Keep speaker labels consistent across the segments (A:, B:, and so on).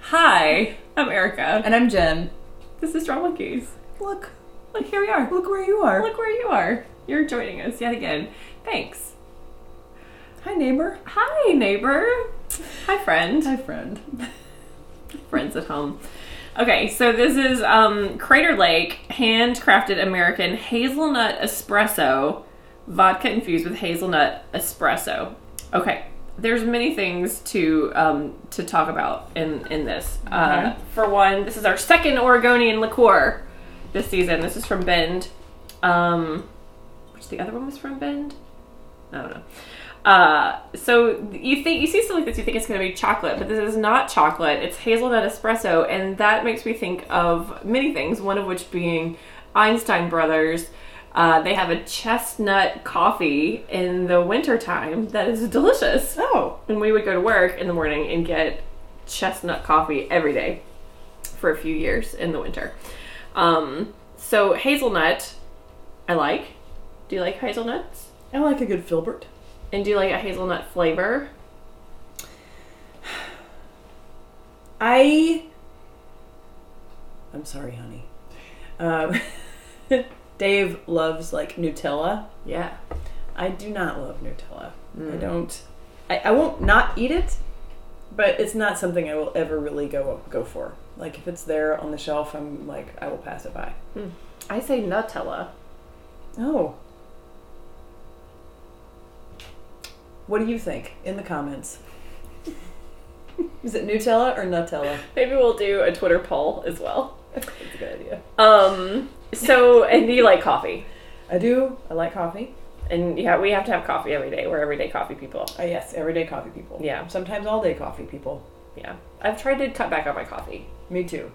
A: Hi, I'm Erica.
B: And I'm Jen.
A: This is Drama Keys.
B: Look,
A: Look, here we are.
B: look where you are.
A: Look where you are. You're joining us yet again. Thanks.
B: Hi, neighbor.
A: Hi, neighbor. Hi, friend.
B: Hi, friend.
A: Friends at home. Okay, so this is um, Crater Lake handcrafted American hazelnut espresso, vodka infused with hazelnut espresso. Okay, there's many things to um, to talk about in in this. Uh,
B: Okay.
A: for one, this is our second Oregonian liqueur this season. This is from Bend. Um, which the other one was from Bend. I don't know. Uh, so you think you see something like this, you think it's going to be chocolate, but this is not chocolate. It's hazelnut espresso, and that makes me think of many things. One of which being Einstein Brothers. Uh, they have a chestnut coffee in the wintertime that is delicious.
B: Oh,
A: And we would go to work in the morning and get chestnut coffee every day for a few years in the winter. Um, so hazelnut, I like. Do you like hazelnuts?
B: I like a good filbert.
A: And do you like a hazelnut flavor?
B: I. I'm sorry, honey. Um, Dave loves like Nutella.
A: Yeah.
B: I do not love Nutella. I don't. I, I won't not eat it, but it's not something I will ever really go go for. Like if it's there on the shelf, I'm like I will pass it by.
A: I say Nutella.
B: Oh. What do you think in the comments? Is it Nutella or Nutella?
A: Maybe we'll do a Twitter poll as well.
B: That's a good idea.
A: Um, so, and do you like coffee?
B: I do. I like coffee.
A: And yeah, we have to have coffee every day. We're everyday coffee people.
B: I yes, everyday coffee people.
A: Yeah.
B: Sometimes all day coffee people.
A: Yeah. I've tried to cut back on my coffee.
B: Me too.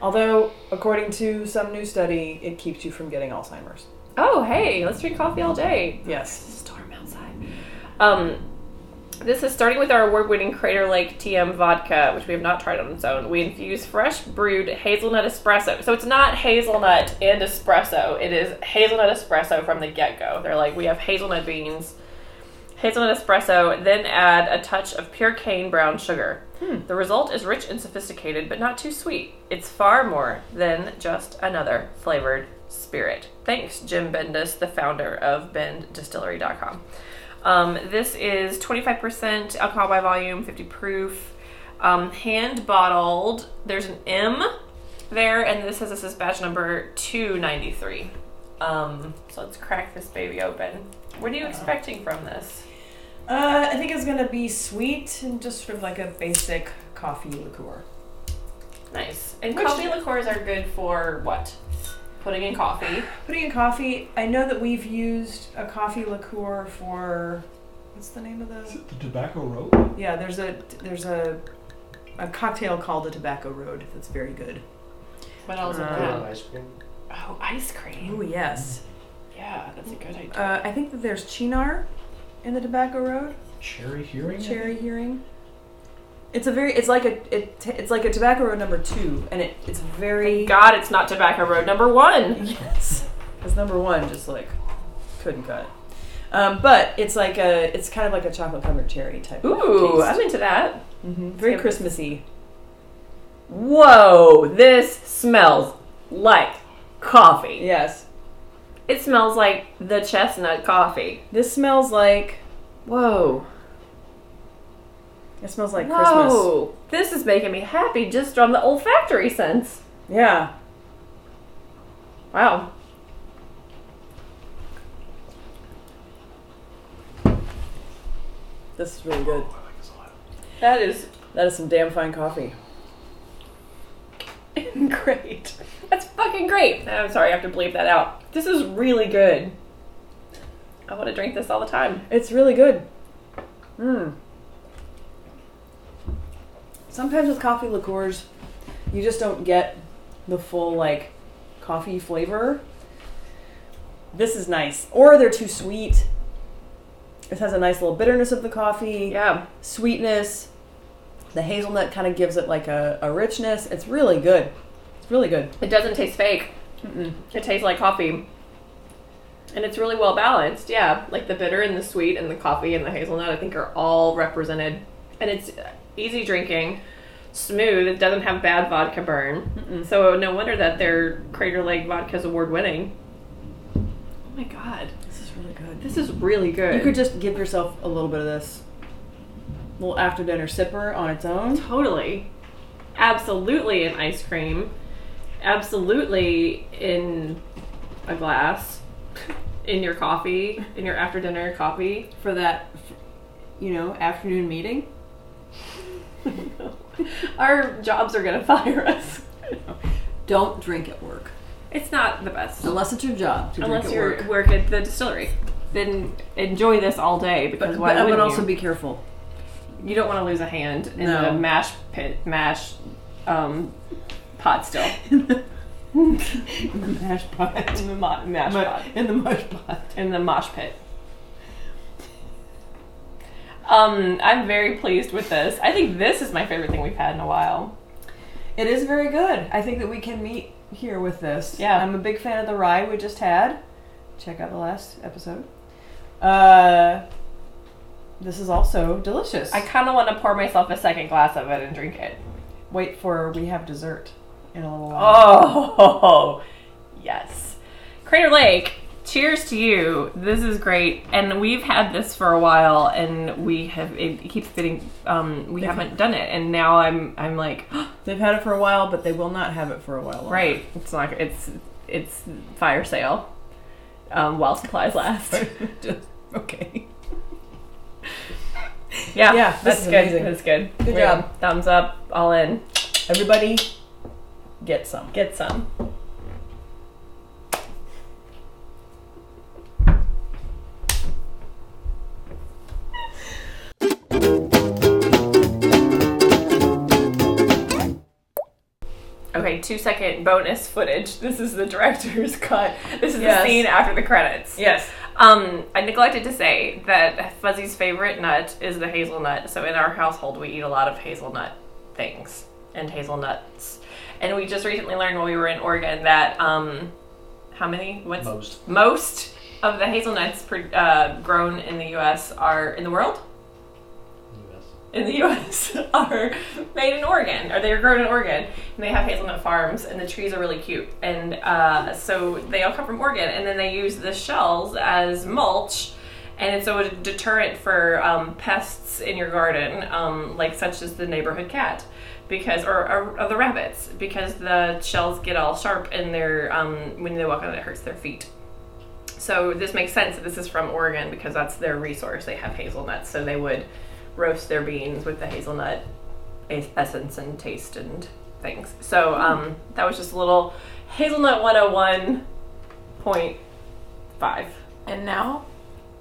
B: Although, according to some new study, it keeps you from getting Alzheimer's.
A: Oh, hey, let's drink coffee all day.
B: Yes.
A: storm outside. Um, this is starting with our award-winning Crater Lake TM vodka, which we have not tried on its own. We infuse fresh brewed hazelnut espresso. So it's not hazelnut and espresso. It is hazelnut espresso from the get-go. They're like, we have hazelnut beans, hazelnut espresso, then add a touch of pure cane brown sugar. The result is rich and sophisticated, but not too sweet. It's far more than just another flavored spirit. Thanks, Jim Bendis, the founder of BendDistillery.com. Um, this is 25% alcohol by volume, 50 proof, um, hand bottled. There's an M there, and this says this is batch number 293. Um, so let's crack this baby open. What are you expecting from this?
B: Uh, I think it's gonna be sweet and just sort of like a basic coffee liqueur.
A: Nice. And
B: Which-
A: coffee liqueurs are good for what? Putting in coffee.
B: Putting in coffee, I know that we've used a coffee liqueur for what's the name of
C: Is
B: the
C: it the tobacco road?
B: Yeah, there's a there's a a cocktail called the Tobacco Road that's very good.
A: What else?
B: Uh,
A: Uh,
C: ice cream.
A: oh, ice cream.
B: Oh yes.
A: Yeah, that's a good idea.
B: Uh, I think that there's Chinar in the Tobacco Road.
C: Cherry hearing?
B: Cherry hearing. It's a very it's like a it, t- it's like a Tobacco Road number two, and it it's very
A: God, it's not Tobacco Road number one.
B: yes. Because number one just like couldn't cut it. Um, but it's like a it's kind of like a chocolate covered cherry type. of
A: Ooh,
B: taste.
A: I'm into that.
B: Mhm. Very
A: Yep.
B: Christmassy.
A: Whoa, this smells like coffee.
B: Yes.
A: It smells like the chestnut coffee.
B: This smells like
A: Whoa.
B: it smells like Christmas.
A: Whoa. This is making me happy just from the olfactory sense.
B: Yeah.
A: Wow.
B: This is really good.
C: I like this a lot.
A: That is
B: That is some damn fine coffee.
A: great. That's fucking great. I'm sorry, I have to bleep that out. This is really good. I want to drink this all the time.
B: It's really good. Mmm. Sometimes with coffee liqueurs, you just don't get the full like coffee flavor. This is nice. Or they're too sweet. This has a nice little bitterness of the coffee,
A: Yeah.
B: sweetness. The hazelnut kind of gives it like a, a richness. It's really good. It's really good.
A: It doesn't taste fake.
B: Mm-mm.
A: It tastes like coffee. And it's really well balanced. Yeah. Like the bitter and the sweet and the coffee and the hazelnut, I think, are all represented. And it's easy drinking. smooth. It doesn't have bad vodka burn.
B: Mm-mm.
A: So no wonder that their Crater Lake vodka is award winning. Oh my god,
B: This is really good.
A: this is really good.
B: You could just give yourself a little bit of this little after dinner sipper on its own.
A: totally, absolutely in ice cream, absolutely in a glass, in your coffee, in your after dinner coffee.
B: for that, f- you know, afternoon meeting.
A: Our jobs are gonna fire us.
B: Don't drink at work
A: It's not the best.
B: unless it's your job to
A: Unless
B: drink
A: you
B: at
A: work.
B: work.
A: at the distillery, then enjoy this all day because
B: But,
A: why
B: but, but
A: wouldn't
B: also
A: you?
B: be careful.
A: you don't want to lose a hand in
B: No.
A: the mash pit mash um, pot still.
B: in the mash pot.
A: in the mo- mash pot.
B: In the mush pot.
A: In the mosh pit. Um, I'm very pleased with this. I think this is my favorite thing we've had in a while.
B: It is very good. I think that we can meet here with this.
A: Yeah.
B: I'm a big fan of the rye we just had. Check out the last episode. Uh, this is also delicious.
A: I kind of want to pour myself a second glass of it and drink it.
B: Wait for we have dessert in a little while.
A: Oh, yes. Crater Lake, cheers to you. This is great. And we've had this for a while and we have it keeps getting um we haven't done it and now I'm I'm like
D: Oh.
B: They've had it for a while, but they will not have it for a while. longer.
A: right, it's not it's it's fire sale. Um, while supplies last.
B: Just- okay.
A: Yeah,
B: Yeah, this
A: that's
B: is
A: good.
B: amazing.
A: That's good.
B: Good
A: We're-
B: job.
A: Thumbs up, all in.
B: Everybody, get some.
A: Get some. Okay, two second bonus footage. This is the director's cut. This is
B: Yes.
A: the scene after the credits.
B: Yes.
A: Um, I neglected to say that Fuzzy's favorite nut is the hazelnut. So in our household, we eat a lot of hazelnut things and hazelnuts. And we just recently learned when we were in Oregon that um, how many? What's
C: Most.
A: most of the hazelnuts pr uh, grown in the U.S. are in the world
C: Yes.
A: in the U.S. are made in Oregon, or they're grown in Oregon, and they have hazelnut farms, and the trees are really cute, and uh, so they all come from Oregon, and then they use the shells as mulch, and it's a deterrent for um, pests in your garden, um, like such as the neighborhood cat, because or, or, or the rabbits, because the shells get all sharp, and they're um, when they walk on it, it hurts their feet. So this makes sense that this is from Oregon because that's their resource. They have hazelnuts, so they would roast their beans with the hazelnut es- essence and taste and things. So um, that was just a little hazelnut 101.5.
D: And now,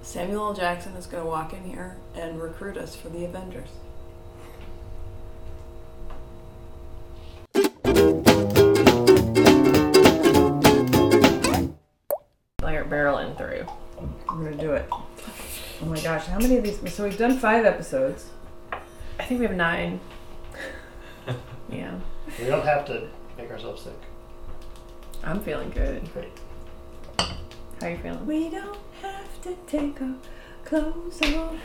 D: Samuel L. Jackson is going to walk in here and recruit us for the Avengers.
A: Like barreling through.
B: I'm gonna do it. Oh my gosh, how many of these? So we've done five episodes.
A: I think we have nine. yeah,
E: We don't have to make ourselves sick.
A: I'm feeling good.
E: Great.
A: How are you feeling?
D: We don't have to take our clothes off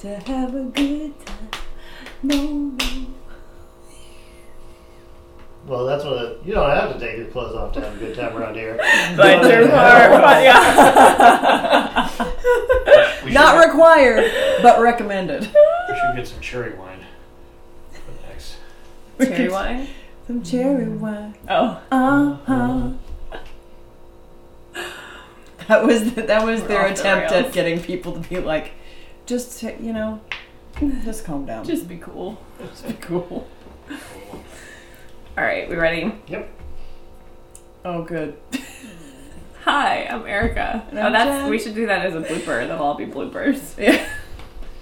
D: to have a good time. No, no.
E: Well, that's what it, you don't have to take your clothes off to have a good time around here.
A: But there are- yeah.
E: We should,
B: Not required, but recommended.
E: we should get some cherry wine for the next.
A: Cherry wine.
D: Some cherry wine.
A: Oh,
D: Uh huh.
B: That was the, that was
A: We're
B: their
A: off the
B: attempt
A: rails.
B: at getting people to be like, just t- you know, just calm down.
A: just be cool.
B: be cool.
A: All right, we ready?
B: Oh, good.
A: Hi, I'm Erica.
B: And
A: oh,
B: I'm
A: that's
B: Jen.
A: Oh, we should do that as a blooper. That'll all be bloopers.
B: Yeah.